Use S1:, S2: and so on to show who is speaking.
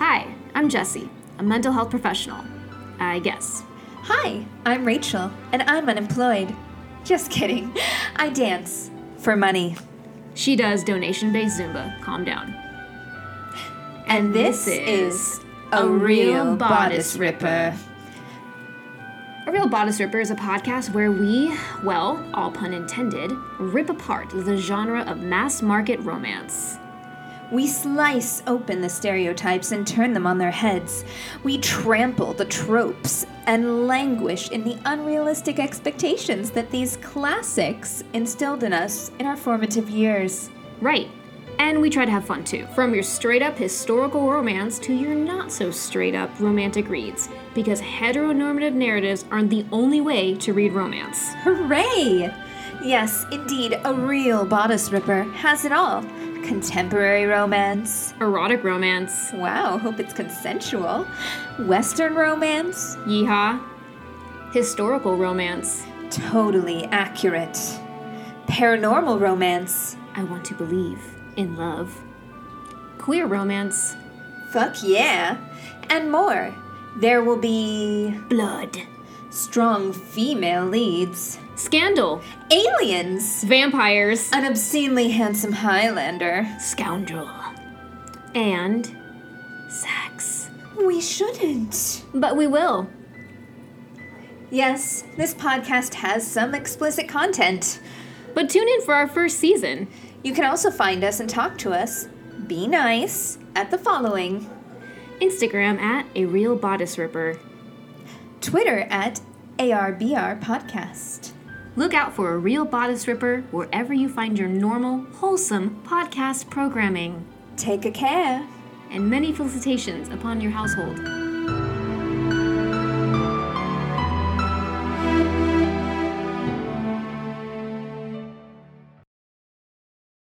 S1: I'm Jessie, a mental health professional. I guess.
S2: Hi, I'm Rachel, and I'm unemployed. Just kidding. I dance for money.
S1: She does donation based Zumba. Calm down.
S2: And this is a real bodice ripper.
S1: A Real Bodice Ripper is a podcast where we, well, all pun intended, rip apart the genre of mass market romance.
S2: We slice open the stereotypes and turn them on their heads. We trample the tropes and languish in the unrealistic expectations that these classics instilled in us in our formative years.
S1: Right. And we try to have fun too, from your straight up historical romance to your not so straight up romantic reads, because heteronormative narratives aren't the only way to read romance.
S2: Hooray! Yes, indeed, a real bodice ripper has it all contemporary romance.
S1: Erotic romance,
S2: Wow, hope it's consensual. Western romance.
S1: yeehaw. Historical romance,
S2: Totally accurate. Paranormal romance.
S1: I want to believe in love. Queer romance,
S2: Fuck yeah. And more. There will be
S1: blood.
S2: strong female leads,
S1: Scandal,
S2: aliens,
S1: vampires,
S2: an obscenely handsome Highlander.
S1: scoundrel, and sex.
S2: We shouldn't.
S1: But we will.
S2: Yes, this podcast has some explicit content.
S1: But tune in for our first season.
S2: You can also find us and talk to us. Be nice at the following
S1: Instagram at a real bodice ripper.
S2: Twitter at ARBR Podcast.
S1: Look out for a real bodice ripper wherever you find your normal, wholesome podcast programming.
S2: Take a care.
S1: And many felicitations upon your household.